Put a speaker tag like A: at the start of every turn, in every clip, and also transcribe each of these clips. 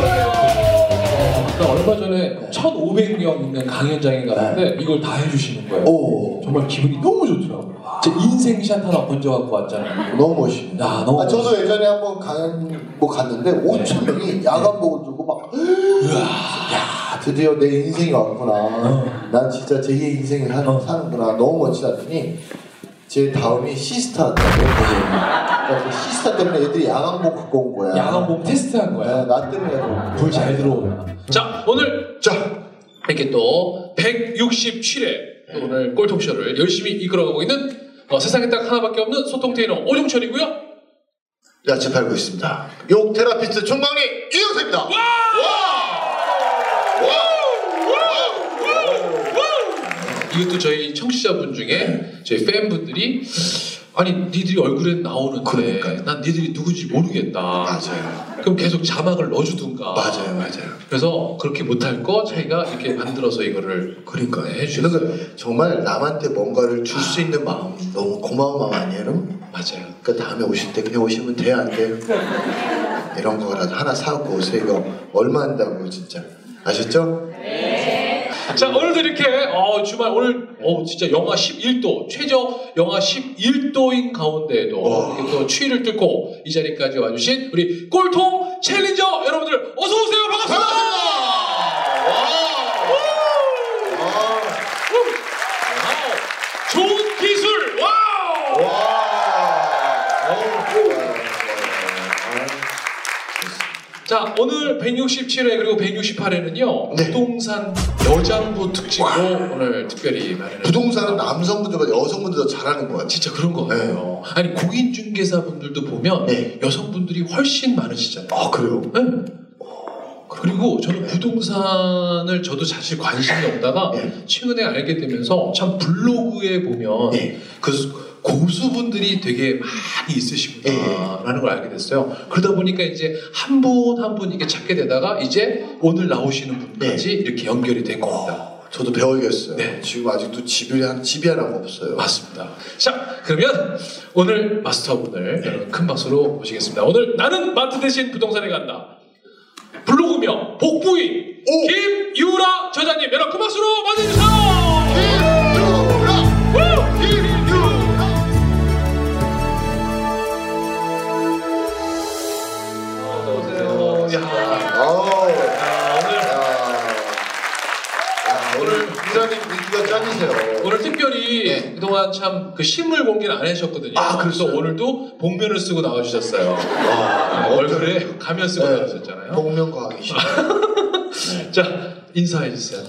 A: 나 그러니까 얼마 전에 1,500명 있는 강연장에 갔는데 이걸 다 해주시는 거예요.
B: 오
A: 정말 기분이 너무 좋더라고요. 제 인생샷 하나 건져갖고 왔잖아요.
B: 너무 멋있네.
A: 야, 너무
B: 아, 저도 예전에 한번 강연 뭐 갔는데 5천 명이
A: 네.
B: 야간복을 들고 막 야, 드디어 내 인생이
A: 어.
B: 왔구나. 난 진짜 제2의 인생을 사- 사는구나. 너무 멋지다더니 제 다음이 시스타였다고. 그러니까 그 시스타 때문에 애들이 야간복 갖고 온 거야.
A: 아. 야간봉 테스트한
B: 네,
A: 거야.
B: 나 때문에.
A: 불 잘 들어오나.
C: 자, 오늘
B: 자,
C: 이렇게 또 167회
B: 네.
C: 또 오늘 꼴통쇼를 열심히 이끌어가고 있는 어, 세상에 딱 하나밖에 없는 소통 테이너 오종철이고요.
B: 야채 팔고 있습니다. 욕 테라피스트 총각리 이영세입니다. 와!
C: 이것도 저희 청취자분
B: 네.
C: 중에 저희 팬분들이 아니 니들이 얼굴에 나오는데
B: 그러니까요.
C: 난 니들이 누군지 모르겠다.
B: 맞아요.
C: 그럼 계속 자막을 넣어주든가.
B: 맞아요, 맞아요.
C: 그래서 그렇게 못할 거 자기가 이렇게 만들어서 이거를
B: 그러니까
C: 네,
B: 주는
C: 해주는
B: 거 정말 남한테 뭔가를 줄 수 있는 마음이 너무 고마운 마음 아니에요? 여러분?
C: 맞아요.
B: 그러니까 다음에 오실 때 그냥 오시면 돼요, 안 돼요? 이런 거라도 하나 사고 오세요. 이거 얼마 한다고 진짜 아셨죠?
C: 자 오늘도 이렇게 어, 주말 오늘 어, 진짜 영하 11도 최저 영하 11도인 가운데에도
B: 와.
C: 이렇게 또 추위를 뚫고 이 자리까지 와주신 우리 꼴통 챌린저 여러분들 어서 오세요 반갑습니다. 와우. 좋은 기술 와우. 자 오늘 167회 그리고 168회는요
B: 네.
C: 부동산 여장부 특집으로 오늘 특별히 마련을
B: 부동산은 남성분들보다 여성분들 더 잘하는 것 같아요.
C: 진짜 그런 거 같아요. 아니 공인중개사분들도 보면
B: 네.
C: 여성분들이 훨씬 많으시잖아요.
B: 아 그래요?
C: 네. 그리고 저는 부동산을 저도 사실 관심이 없다가
B: 네.
C: 최근에 알게 되면서 참 블로그에 보면
B: 네.
C: 그 고수분들이 되게 많이
B: 네.
C: 있으시구나라는 걸 알게 됐어요. 그러다 보니까 이제 한 분 한 분 이렇게 찾게 되다가 이제 오늘 나오시는 분까지
B: 네.
C: 이렇게 연결이 된 겁니다.
B: 어, 저도 배워야겠어요.
C: 네.
B: 지금 아직도 집이 한 집이 하나가 없어요.
C: 맞습니다. 자, 그러면 오늘 마스터분을 여러분 큰 박수로 모시겠습니다. 오늘 나는 마트 대신 부동산에 간다. 블로그명 복부인
B: 오!
C: 김유라 저자님 여러분 큰 박수로 맞이해주세요. 어서오세요. 야,
B: 아우, 네. 야,
C: 야,
B: 야,
C: 오늘
B: 오늘 기자님 인기가 짱이세요.
C: 오늘 특별히 그동안 참 그 실물 공개는 안 하셨거든요.
B: 네. 아,
C: 그래서
B: 그랬어요?
C: 오늘도 복면을 쓰고 나와주셨어요. 아,
B: 와,
C: 얼굴에 가면 쓰고
B: 그렇죠. 네.
C: 나오셨잖아요.
B: 복면가왕이시죠.
C: 자, 인사해주세요.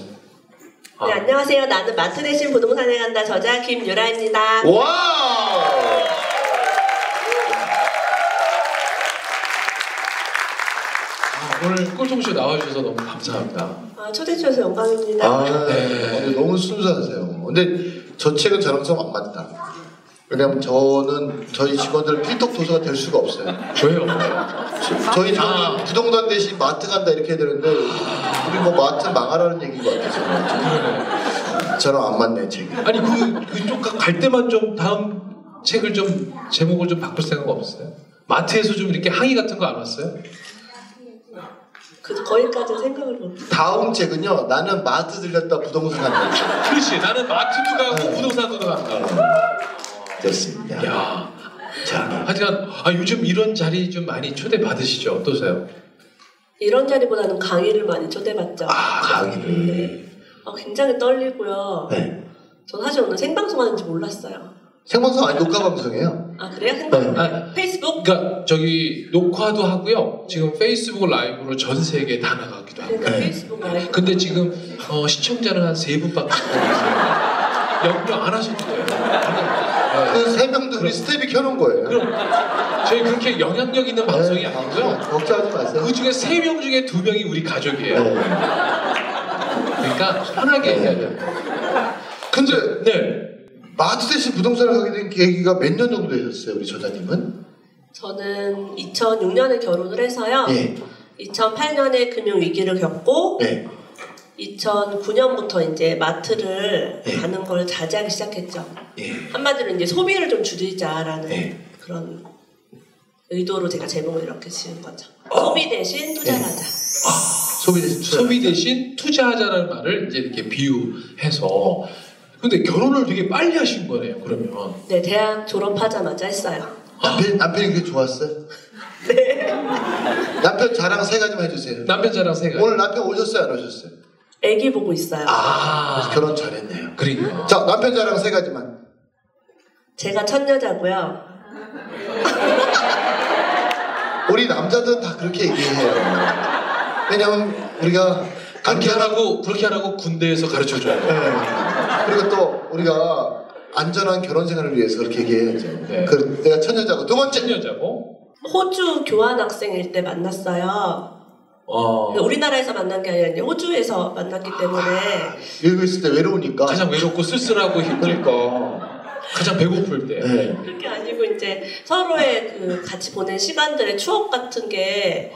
C: 아.
D: 네, 안녕하세요. 나는 마트 대신 부동산에 간다 저자 김유라입니다.
B: 와!
C: 아, 오늘 꿀통쇼 나와주셔서 너무 감사합니다.
D: 아, 초대해 주셔서 영광입니다.
B: 아,
C: 네.
B: 근데 너무 순수하세요. 근데 저 책은 저랑 좀 안 맞다. 왜냐면 저는 저희 직원들 필독 도서가 될 수가 없어요.
C: 왜요?
B: 저희 저는
C: 아.
B: 부동산 대신 마트 간다 이렇게 해야 되는데 우리 뭐 마트 망하라는 얘기인 것 같아서 저랑 안 맞네 책이
C: 아니 그 그쪽 가- 갈 때만 좀 다음 책을 좀 제목을 좀 바꿀 생각 없어요? 마트에서 좀 이렇게 항의 같은 거 안 왔어요?
D: 그 거기까지 생각을 못.
B: 다음 책은요 나는 마트 들렸다 부동산 간다
C: 그렇지 나는 마트도 가고 부동산도 간다.
B: 됐습니다
C: 네. 야.
B: 자
C: 하여간 아, 요즘 이런 자리 좀 많이 초대 받으시죠? 어떠세요?
D: 이런 자리보다는 강의를 많이 초대받죠.
B: 아, 강의를
D: 아, 굉장히 떨리고요.
B: 네.
D: 전 사실 오늘 생방송하는지 몰랐어요.
B: 생방송 아니 녹화 방송이에요
D: 아 그래요? 생방
C: 아.
D: 페이스북?
C: 그러니까 저기 녹화도 하고요. 지금 페이스북 라이브로 전 세계에 다 나가기도 하고.
D: 그러니까 페이스북 라이브.
C: 근데 지금 어, 시청자는 한 세 분밖에 안 계세요. 연결 안 하셨대요. 네.
B: 그 세 명도 우리 스텝이 켜놓은 거예요
C: 그럼 저희 그렇게 영향력 있는 방송이
B: 네,
C: 아니고요.
B: 방송 걱정하지 마세요
C: 그 중에 세 명 중에 두 명이 우리 가족이에요.
B: 네.
C: 그러니까 편하게 해야 돼요.
B: 근데
C: 네.
B: 마트 대신 부동산을 가게 된 계기가 몇 년 정도 되셨어요 우리 저자님은?
D: 저는 2006년에 결혼을 해서요.
B: 예.
D: 2008년에 금융 위기를 겪고
B: 네.
D: 2009년부터 이제 마트를
B: 네.
D: 가는 걸 자제하기 시작했죠.
B: 예.
D: 한마디로 이제 소비를 좀 줄이자라는
B: 네.
D: 그런 의도로 제가 제목을 이렇게 지은 거죠. 소비 대신 투자하자.
C: 소비 대신 투자. 소비 대신 투자하자라는 말을 이제 이렇게 비유해서. 근데 결혼을 되게 빨리 하신 거네요. 그러면
D: 네, 대학 졸업하자마자 했어요.
B: 남편 남편이 그게 좋았어요? 네. 남편 자랑 세 가지만 해주세요.
C: 남편 자랑 세 가지.
B: 오늘 남편 오셨어요, 안 오셨어요?
D: 애기 보고 있어요.
C: 네. 아
B: 결혼 잘했네요.
C: 그러니까.
B: 자, 남편 자랑 세 가지만.
D: 제가 첫 여자고요.
B: 우리 남자들은 다 그렇게 얘기해요. 왜냐면 우리가
C: 그렇게
B: 안전-
C: 하라고 그렇게 하라고 군대에서 가르쳐 줘요.
B: 네. 그리고 또 우리가 안전한 결혼 생활을 위해서 그렇게 얘기해야죠.
C: 네.
B: 그 내가 첫 여자고 두 번째.
C: 첫 여자고.
D: 호주 교환학생일 때 만났어요. 그러니까
C: 어.
D: 우리나라에서 만난 게 아니라 이제 호주에서 만났기 때문에
B: 여기 있을 때 외로우니까.
C: 가장 외롭고 쓸쓸하고 힘들 거. 가장 배고플 때.
B: 그러니까. 네.
D: 그게 아니고 이제 서로의 그 같이 보낸 시간들의 추억 같은 게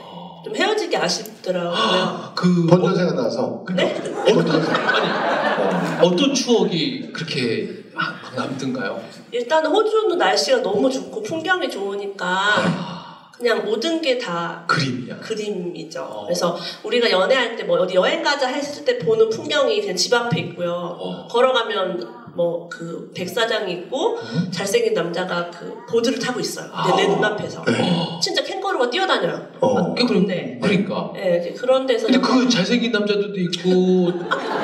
D: 좀
C: 어.
D: 헤어지기 아쉽더라고요.
C: 그
B: 본전 생각나서.
D: 네?
B: 본전 생각.
C: 어, 어떤 추억이 그렇게 막 남든가요?
D: 일단 호주는 날씨가 너무 좋고 풍경이 좋으니까 그냥 모든 게 다
C: 그림이야.
D: 그림이죠.
C: 어.
D: 그래서 우리가 연애할 때 뭐 어디 여행 가자 했을 때 보는 풍경이 그냥 집 앞에 있고요.
C: 어.
D: 걸어가면 뭐 그 백사장이 있고
C: 음?
D: 잘생긴 남자가 그 보드를 타고 있어요.
C: 아.
D: 내, 내 눈앞에서.
C: 어.
D: 진짜 캥거루가 뛰어다녀요.
B: 어.
C: 그- 그럼-
D: 네.
C: 그러니까.
D: 예, 이제 그런 데서
C: 근데 그 잘생긴 남자들도 있고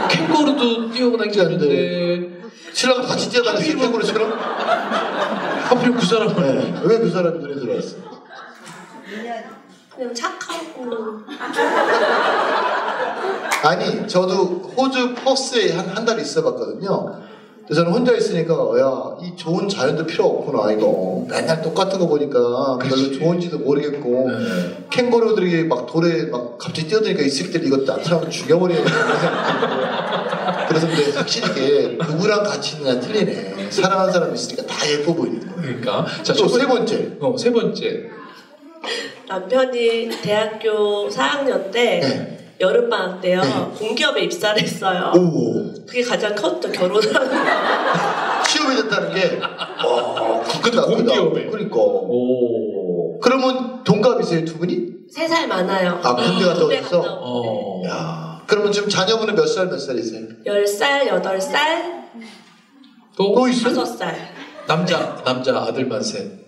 C: 캥거루도 뛰어다니는데
B: 신랑과 같이 뛰어다니는
C: 하필-
B: 생각으로처럼.
C: 하필 그 사람은
B: 네. 왜 그 사람이 눈에 들어왔어?
D: 그냥 착하고
B: 아니 저도 호주 퍼스에 한 한 달 있어봤거든요. 근데 저는 혼자 있으니까 야이 좋은 자연도 필요 없구나 이거 맨날 똑같은 거 보니까 별로
C: 그렇지.
B: 좋은지도 모르겠고
C: 네.
B: 캥거루들이 막 돌에 막 갑자기 뛰어드니까 이 새끼들 이거 나타나면 죽여버리겠다 그래서 근데 확실히 이게 누구랑 같이 있느냐 틀리네 사랑하는 사람 있으니까 다 예뻐 보이는 거예요
C: 그러니까
B: 또 세
C: 번-
B: 번째
C: 어, 세 번째.
D: 남편이 대학교 4학년 때
B: 네.
D: 여름방학 때요
B: 네.
D: 공기업에 입사를 했어요.
B: 오
D: 그게 가장 컸죠 결혼하는
B: 취업이 됐다는 게 와,
C: 아, 근데 공기업에.
B: 그러니까
C: 오.
B: 그러면 동갑이세요 두 분이?
D: 세살 많아요.
B: 아, 군대 갔다
D: 군대
B: 오셔서?
D: 갔다 오고.
C: 어.
B: 야, 그러면 지금 자녀분은 몇 살 몇 살이세요?
D: 열살 여덟 살
C: 또
B: 또 있어요?
D: 다섯 살
C: 남자 남자 아들만 셋.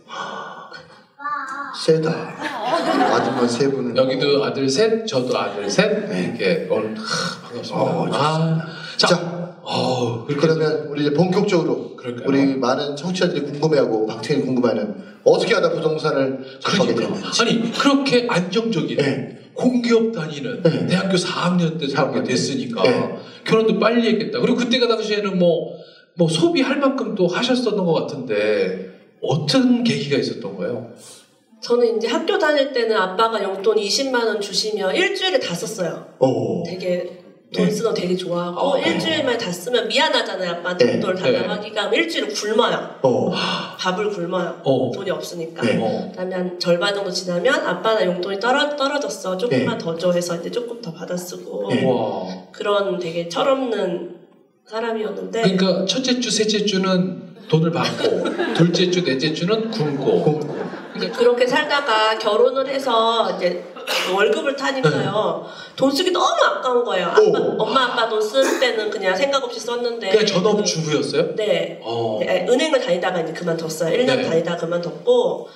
B: 세다. 아줌마 세 분은
C: 여기도 아들 셋, 저도 아들 셋.
B: 네.
C: 이렇게 오늘 하, 반갑습니다.
B: 어,
C: 아,
B: 자,
C: 자, 어, 그렇게 해서-
B: 그러면 우리 이제 본격적으로
C: 그럴까요?
B: 우리 많은 청취자들이 궁금해하고 박태현이 궁금해하는 어떻게 하다 부동산을 접하게
C: 그러니까.
B: 됐는지.
C: 아니 그렇게 안정적인
B: 네.
C: 공기업 다니는
B: 네.
C: 대학교 4학년 때 저렇게
B: 4학년 때.
C: 됐으니까
B: 네.
C: 결혼도 빨리 했겠다. 그리고 그때가 당시에는 뭐, 뭐 소비할 만큼 또 하셨었던 것 같은데 어떤 계기가 있었던 거예요?
D: 저는 이제 학교 다닐 때는 아빠가 용돈 20만 원 주시면 일주일에 다 썼어요.
B: 오.
D: 되게
B: 네.
D: 돈 쓰는 거 되게 좋아하고
C: 아, 네.
D: 일주일만 다 쓰면 미안하잖아요.
B: 어,
D: 아빠한테
B: 네.
D: 용돈을
C: 네.
D: 달라고 하기가 일주일을 굶어요.
B: 어.
D: 밥을 굶어요.
C: 어,
D: 돈이 없으니까.
B: 네.
C: 어.
D: 그다음에 한 절반 정도 지나면 아빠 나 용돈이 떨어, 떨어졌어 조금만
C: 네.
D: 더 줘 해서 이제 조금 더 받아 쓰고
B: 네.
C: 와.
D: 그런 되게 철없는 사람이었는데
C: 그러니까 첫째 주, 셋째 주는 돈을 받고 둘째 주, 넷째 주는 굶고 그러니까
B: 고-
D: 그렇게 살다가 결혼을 해서 이제 월급을 타니까요
C: 네.
D: 돈 쓰기 너무 아까운 거예요 아빠,
B: 오.
D: 엄마 아빠 돈 쓸 때는 그냥 생각 없이 썼는데
C: 그냥 전업 주부였어요?
D: 네
C: 어.
D: 네, 은행을 다니다가 이제 그만뒀어요 1년
C: 네.
D: 다니다 그만뒀고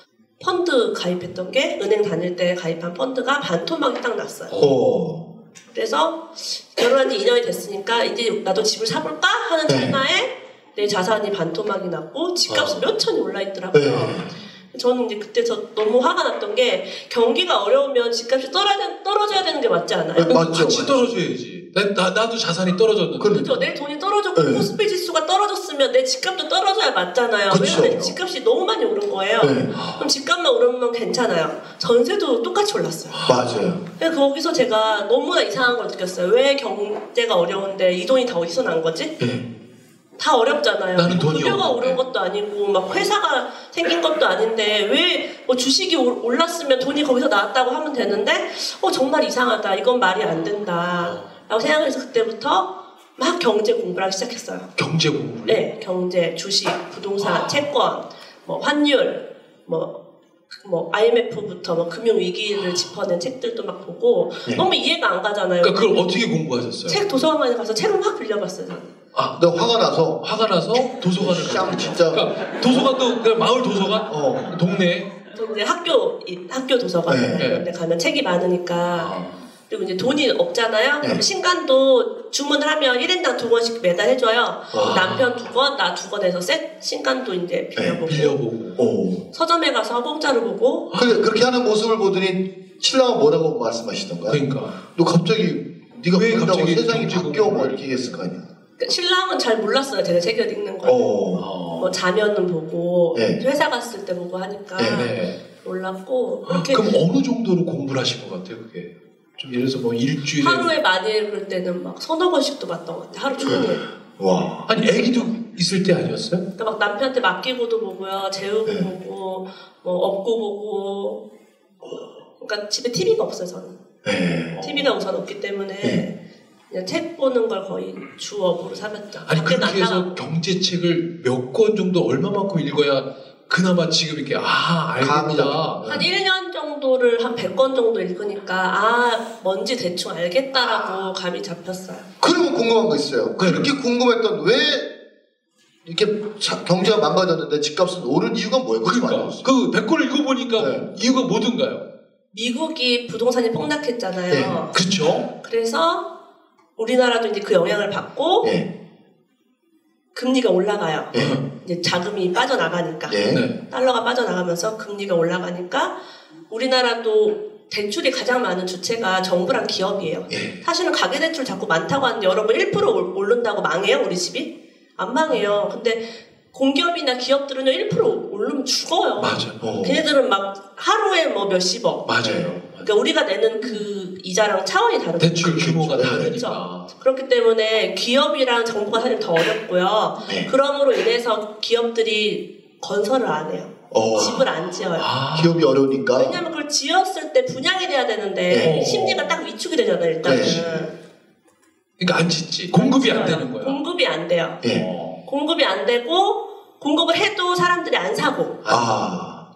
D: 펀드 가입했던 게 은행 다닐 때 가입한 펀드가 반토막이 딱 났어요
B: 오.
D: 그래서 결혼한 지 2년이 됐으니까 이제 나도 집을 사볼까 하는
B: 네.
D: 찰나에 내 자산이 반토막이 났고 집값이
C: 어.
D: 몇 천이 올라 있더라고요.
B: 아. 네.
D: 저는 이제 그때 저 너무 화가 났던 게 경기가 어려우면 집값이 떨어져, 떨어져야 되는 게 맞지 않아요?
B: 네. 맞죠, 그러니까.
C: 같이
B: 맞죠.
C: 떨어져야지. 나, 나, 나도 자산이 떨어졌는데.
B: 그럼
D: 그죠? 내 돈이 떨어졌고
B: 네.
D: 코스피 지수가 떨어졌으면 내 집값도 떨어져야 맞잖아요.
B: 그쵸.
D: 왜냐면 집값이 너무 많이 오른 거예요.
B: 네.
D: 그럼 집값만 오르면 괜찮아요. 전세도 똑같이 올랐어요.
B: 맞아요.
D: 근데 거기서 제가 너무나 이상한 걸 느꼈어요. 왜 경제가 어려운데 이 돈이 다 어디서 난 거지? 다 어렵잖아요.
C: 네. 나는 돈이
D: 급여가
C: 없는데. 네.
D: 오른 것도 아니고 막 회사가 생긴 것도 아닌데 왜 뭐 주식이 올- 올랐으면 돈이 거기서 나왔다고 하면 되는데 어 정말 이상하다. 이건 말이 안 된다. 라고 생각해서 그때부터 막 경제 공부를 하기 시작했어요.
C: 경제 공부.
D: 네, 경제, 주식, 부동산, 채권, 뭐 환율, 뭐 뭐 IMF부터 뭐 금융 위기를 짚어낸 책들도 막 보고
B: 예.
D: 너무 이해가 안 가잖아요.
C: 그러니까 그렇죠. 그걸 어떻게 공부하셨어요?
D: 책 도서관에 가서 책을 확 빌려봤어요. 저는.
C: 아
B: 근데 화가 나서
C: 화가 나서 도서관을
B: 쌍
C: 갔어요.
B: 진짜
C: 그러니까 도서관도 그냥 마을 도서관
B: 어
C: 동네
D: 또 이제 학교 이- 학교 도서관
B: 네.
D: 이런 데 가면 책이 많으니까 그리고 이제 돈이 없잖아요.
B: 네.
D: 그럼 신간도 주문을 하면 1인당 두 권씩 매달 해줘요.
C: 와.
D: 남편 두 권, 나 두 권 해서 셋 신간도 이제 빌려보고
C: 빌려보고
B: 오.
D: 서점에 가서 공짜로 보고
B: 어. 그 그렇게 하는 모습을 보더니 신랑은 뭐라고 말씀하시던가요?
C: 그러니까
B: 너 갑자기 네가
C: 왜
B: 그런다고
C: 갑자기
B: 세상이
C: 정치
B: 바뀌어 뭐
C: 공부를?
B: 이렇게 했을 거 아니야?
D: 그러니까 신랑은 잘 몰랐어요. 제가 책 읽는 걸.
B: 어.
C: 어.
D: 뭐 자면은 보고
B: 네.
D: 회사 갔을 때 보고 하니까
C: 네네 아,
D: 몰랐고 그렇게
C: 그럼 어느 정도로 공부를 하신 것 같아요 그게 좀 예를 들어서 뭐 일주일에
D: 하루에 많이 읽을 때는 막 서너 권씩도 봤던 것 같아요. 하루 종일.
C: 네.
B: 와.
C: 아니 애기도 있을 때 아니었어요?
D: 그러니까 막 남편한테 맡기고도 보고요, 재우고
B: 네.
D: 보고, 뭐 업고 보고. 그러니까 집에 TV가 없어요 저는.
C: 어.
B: 네.
D: TV가 우선 없기 때문에 그냥 책 보는 걸 거의 주업으로
C: 네.
D: 삼았죠.
C: 아니
D: 밖에
C: 그렇게 해서
D: 나가고
C: 경제책을 몇 권 정도 얼마만큼 읽어야 그나마 지금 이렇게 아
B: 감이
C: 알겠다
B: 잡히는
D: 한 1년 정도를 한 100권 정도 읽으니까 아 뭔지 대충 알겠다라고 감이 잡혔어요.
B: 그리고 궁금한 거 있어요.
C: 네.
B: 그렇게 궁금했던 왜 이렇게 자- 경제가 망가졌는데 집값은 오른 이유가 뭐예요? 그게
C: 그러니까
B: 많아요.
C: 그 100권을 읽어보니까
B: 네.
C: 이유가 뭐든가요?
D: 미국이 부동산이 폭락했잖아요.
C: 그렇죠?
D: 그래서 우리나라도 이제 그 영향을 받고
B: 예.
D: 금리가 올라가요.
B: 예.
D: 이제 자금이 빠져나가니까
B: 예.
C: 네.
D: 달러가 빠져나가면서 금리가 올라가니까 우리나라도 대출이 가장 많은 주체가 정부랑 기업이에요.
B: 예.
D: 사실은 가계대출 자꾸 많다고 하는데 여러분 1% 올- 오른다고 망해요 우리 집이? 안 망해요. 근데 공기업이나 기업들은요 1% 오르면 죽어요.
C: 맞아요
B: 어.
D: 걔네들은 막 하루에 뭐 몇십억.
C: 맞아요
B: 네.
D: 그러니까 우리가 내는 그 이자랑 차원이 다르죠.
C: 대출 규모가
B: 그렇죠.
C: 다르니까
D: 그렇기 때문에 기업이랑 정부가 사실 더 어렵고요.
B: 네.
D: 그러므로 인해서 기업들이 건설을 안 해요.
B: 어.
D: 집을 안 지어요.
C: 아,
B: 기업이 어려우니까.
D: 왜냐하면 그걸 지었을 때 분양이 돼야 되는데
C: 네.
D: 심리가 딱 위축이 되잖아요. 일단은
C: 그러니까 안 짓지 공급이 안 되는 거야
D: 공급이 안 돼요.
B: 예.
C: 어.
D: 공급이 안 되고 공급을 해도 사람들이 안 사고
B: 아.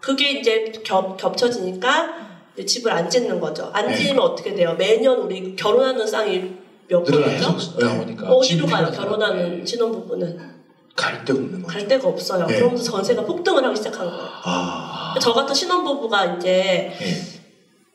D: 그게 이제 겹, 겹쳐지니까 이제 집을 안 짓는 거죠. 안
B: 네.
D: 짓으면 어떻게 돼요? 매년 우리 결혼하는 쌍이 몇
C: 늘어나죠? 그러니까
D: 분이죠?
B: 네.
C: 나오니까 네.
D: 어디로 가요?
C: 집이
D: 결혼하는 신혼부부는.
B: 갈데 없는 거죠.
D: 갈 데가 없어요.
B: 네.
D: 그러면서 전세가 폭등을 하기 시작한 거예요. 그러니까
B: 아.
D: 저 같은 신혼부부가 이제
B: 예.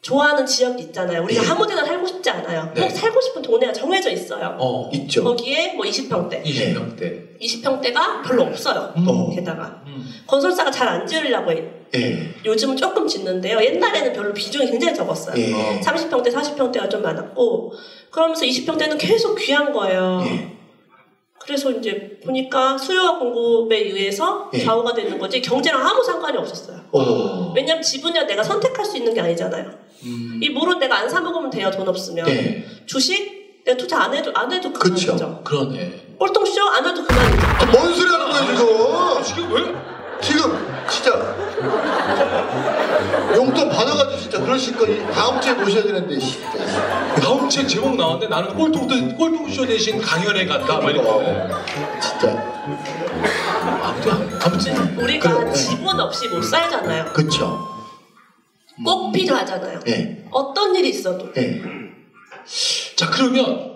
D: 좋아하는 지역이 있잖아요. 우리가
B: 네.
D: 아무 데나 살고 싶지 않아요.
C: 네.
D: 꼭 살고 싶은 동네가 정해져 있어요.
C: 어,
B: 있죠.
D: 거기에 뭐 20평대,
C: 20명 대
D: 20평대가 별로 없어요.
C: 음.
B: 어.
D: 게다가
C: 음.
D: 건설사가 잘 안 지으려고 해요.
B: 예.
D: 요즘은 조금 짓는데요. 옛날에는 별로 비중이 굉장히 적었어요.
B: 예.
C: 어.
D: 30평대, 40평대가 좀 많았고 그러면서 20평대는 계속 귀한 거예요.
B: 예.
D: 그래서 이제 보니까 수요와 공급에 의해서
B: 예.
D: 좌우가 되는 거지 경제랑 아무 상관이 없었어요.
B: 어.
D: 왜냐면 지분이야 내가 선택할 수 있는 게 아니잖아요.
C: 음.
D: 이 물은 내가 안 사먹으면 돼요, 돈 없으면.
B: 예.
D: 주식? 내가 투자 안 해도, 안 해도
B: 그쵸.
D: 그만이죠.
C: 그러네
D: 꼴통 쇼? 안 해도 그만이죠.
B: 아, 뭔 소리 하는 거야, 지금?
C: 아, 지금 왜?
B: 지금 진짜 용돈 받아가지고 진짜 그러실 거니 다음 주에 모셔야 되는데 진짜.
C: 다음 책 제목 나왔는데 나는 꼴통, 꼴통쇼 대신 강연에 갔다 막 이렇게
B: 어, 진짜
C: 아무튼 아무튼
D: 우리가
B: 그래, 네.
D: 지분 없이 못 살잖아요.
B: 그쵸
D: 꼭 필요하잖아요.
B: 음. 예,
D: 어떤 일이 있어도.
B: 예.
C: 자 그러면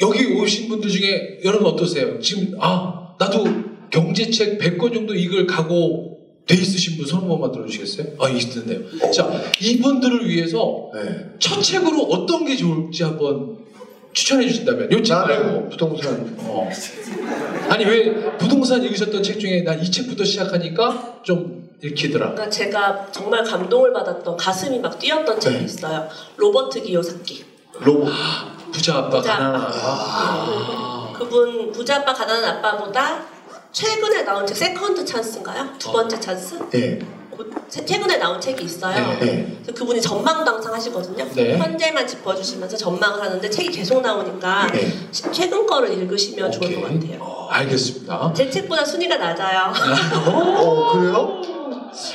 C: 여기 오신 분들 중에 여러분 어떠세요? 지금 아 나도 경제책 100권 정도 이걸 가고 돼 있으신 분 손 한 번만 들어주시겠어요? 아 있는데요 자 이분들을 위해서
B: 예.
C: 첫 책으로 어떤 게 좋을지 한번 추천해 주신다면 요책
B: 나는
C: 말고
B: 부동산
C: 어. 아니 왜 부동산 읽으셨던 책 중에 난 이 책부터 시작하니까 좀 읽히더라
D: 그러니까 제가 정말 감동을 받았던, 가슴이 막 뛰었던 책이
B: 네.
D: 있어요. 로버트 기요사키.
B: 로봇
C: 부자 아빠
D: 부자
C: 가난
D: 아빠.
C: 아빠
D: 그분 부자 아빠, 가난한 아빠보다 최근에 나온 책, 세컨드 찬스인가요?
C: 어.
D: 두 번째 찬스?
B: 예,
D: 그 세- 최근에 나온 책이 있어요.
C: 네.
B: 예.
D: 그래서 그분이 전망당상 하시거든요.
C: 네.
D: 현재만 짚어주시면서 전망을 하는데 책이 계속 나오니까
B: 네.
D: 시- 최근 거를 읽으시면 좋을 것
C: 오케이. 어,
D: 같아요.
C: 알겠습니다
D: 제 책보다 순위가 낮아요.
B: 어 그래요?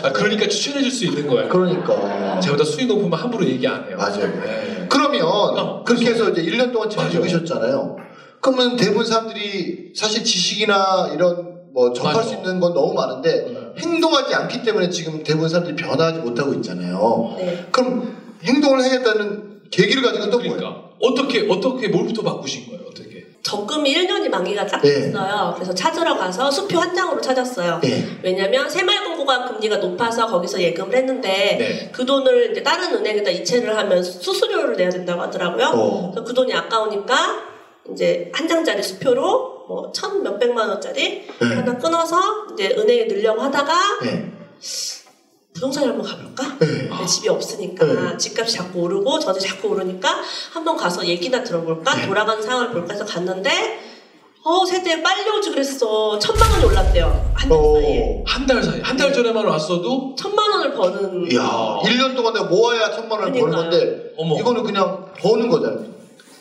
C: 아, 그러니까 추천해 줄 수 있는 거예요
B: 그러니까
C: 제보다 수위 높으면 함부로 얘기 안 해요
B: 맞아요.
C: 네.
B: 그러면
C: 어,
B: 그렇게 해서 이제 1년 동안 책을
C: 맞아요.
B: 읽으셨잖아요. 그러면 대부분 사람들이 사실 지식이나 이런 뭐 접할
C: 맞아.
B: 수 있는 건 너무 많은데
C: 네.
B: 행동하지 않기 때문에 지금 대부분 사람들이 변화하지 못하고 있잖아요.
D: 네.
B: 그럼 행동을 해야겠다는 계기를 가지고 또 뭐예요?
C: 그러니까 어떻게 어떻게 뭘부터 바꾸신 거예요? 어떻게?
D: 적금이 1년이 만기가 딱
B: 네.
D: 됐어요. 그래서 찾으러 가서 수표 한 장으로 찾았어요.
B: 네.
D: 왜냐면 새마을금고가 금리가 높아서 거기서 예금을 했는데
C: 네.
D: 그 돈을 이제 다른 은행에다 이체를 하면 수수료를 내야 된다고 하더라고요.
B: 어.
D: 그래서 그 돈이 아까우니까 이제 한 장짜리 수표로 뭐 천 몇백만 원짜리
B: 네.
D: 하나 끊어서 이제 은행에 넣으려고 하다가
B: 네.
D: 부동산에 한번 가볼까?
B: 네.
D: 내 집이 없으니까
B: 네.
D: 집값이 자꾸 오르고 저도 자꾸 오르니까 한번 가서 얘기나 들어볼까
B: 네.
D: 돌아가는 상황을 볼까 해서 갔는데 어 세대 빨리 오지 그랬어 천만 원이 올랐대요 한 달 사이에
B: 어.
C: 한 달 사이 한 달 전에만 왔어도
D: 천만 원을 버는
B: 이야, 1년 동안 내가 모아야 천만 원을 버는
D: 그러니까요. 뭐.
B: 건데
C: 어머
B: 이거는 그냥 버는 거잖아요.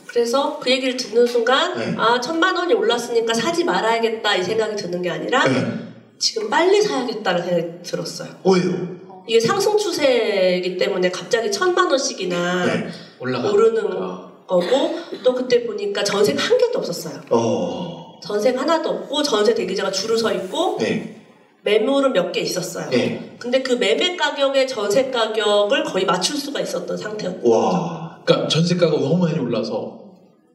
D: 그래서 그 얘기를 듣는 순간
B: 네.
D: 아 천만 원이 올랐으니까 사지 말아야겠다 이 생각이 드는 게 아니라
B: 네.
D: 지금 빨리 사야겠다는 생각이 들었어요
B: 왜요?
D: 이게 상승 추세이기 때문에 갑자기 천만 원씩이나
B: 네.
C: 올라가.
D: 오르는 거고 또 그때 보니까 전세 한 개도 없었어요
B: 어.
D: 전세 하나도 없고 전세 대기자가 줄을 서 있고
B: 네.
D: 매물은 몇 개 있었어요.
B: 네.
D: 근데 그 매매 가격에 전세 가격을 거의 맞출 수가 있었던 상태였고
B: 와.
C: 그러니까 전세가가 너무 많이 올라서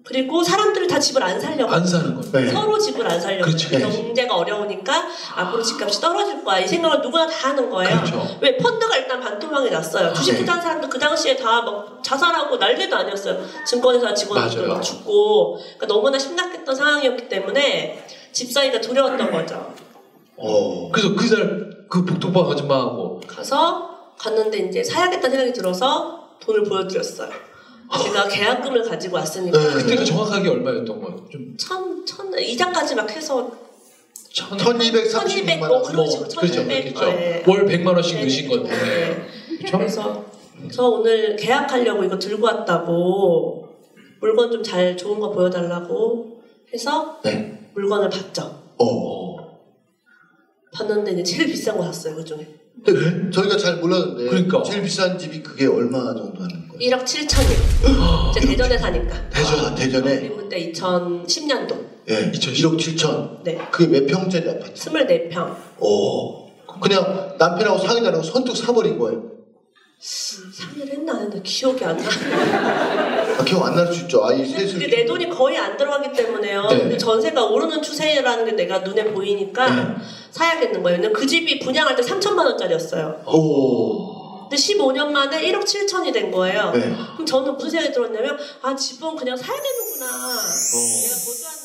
D: 그리고 사람들을 다 집을 안 살려고
C: 안 사는 거예요.
B: 네.
D: 서로 집을 안 살려고
C: 그렇죠.
D: 해요. 경제가 어려우니까 앞으로 집값이 떨어질 거야 이 생각을 누구나 다 하는 거예요.
C: 그렇죠.
D: 왜 펀드가 일단 반토막이 났어요. 주식
B: 네.
D: 투자한 사람들 그 당시에 다 막 자살하고 난리도 아니었어요. 증권회사 직원들도
C: 맞아요.
D: 막 죽고 그러니까 너무나 심각했던 상황이었기 때문에 집사이가 두려웠던 거죠.
B: 어.
C: 그래서 그날 그 복통방 아줌마하고
D: 가서 갔는데 이제 사야겠다는 생각이 들어서 돈을 보여드렸어요. 제가 계약금을 가지고 왔으니까
B: 네.
C: 그때가 정확하게 얼마였던 거예요? 좀
D: 천, 천 이자까지 막 해서
C: 천.
B: 1236만
D: 1200,
B: 원. 어,
D: 뭐 그런 식으로
C: 그렇죠,
D: 1200.
C: 그렇죠. 월 100만 원씩
D: 네.
C: 넣으신 건데.
D: 네.
C: 그렇죠?
D: 그래서 저 오늘 계약하려고 이거 들고 왔다고 물건 좀 잘 좋은 거 보여달라고 해서
B: 네.
D: 물건을 봤죠.
B: 어.
D: 봤는데 이제 제일 비싼 거 샀어요 그 중에
B: 근데 저희가 잘 몰랐는데
C: 네. 그러니까.
B: 제일 비싼 집이 그게 얼마 정도 하는 거예요?
D: 1억 7천이요. 제가 대전에 사니까
B: 대전 아, 대전에
D: 그리고 그때 2010년도
B: 예. 1억 7천.
D: 네
B: 그게 몇 평짜리 아파트?
D: 24평
B: 오. 어? 그냥 남편하고 사귀자고 선뜻 사버린 거예요.
D: 상의를 했나 안 했나 기억이 안 나.
B: 아, 기억 안 날 수 있죠. 아이
D: 근데
B: 셋을.
D: 그게 내 돈이 거의 안 들어가기 때문에요.
C: 네.
D: 근데 전세가 오르는 추세라는 게 내가 눈에 보이니까 사야겠는 거예요. 근데 그 집이 분양할 때 3천만 원짜리였어요.
B: 오.
D: 근데 15년 만에 1억 7천이 된 거예요.
B: 네. 어.
D: 그럼 저는 무슨 생각이 들었냐면 아 집은 그냥 사야겠는구나. 내가 보유하는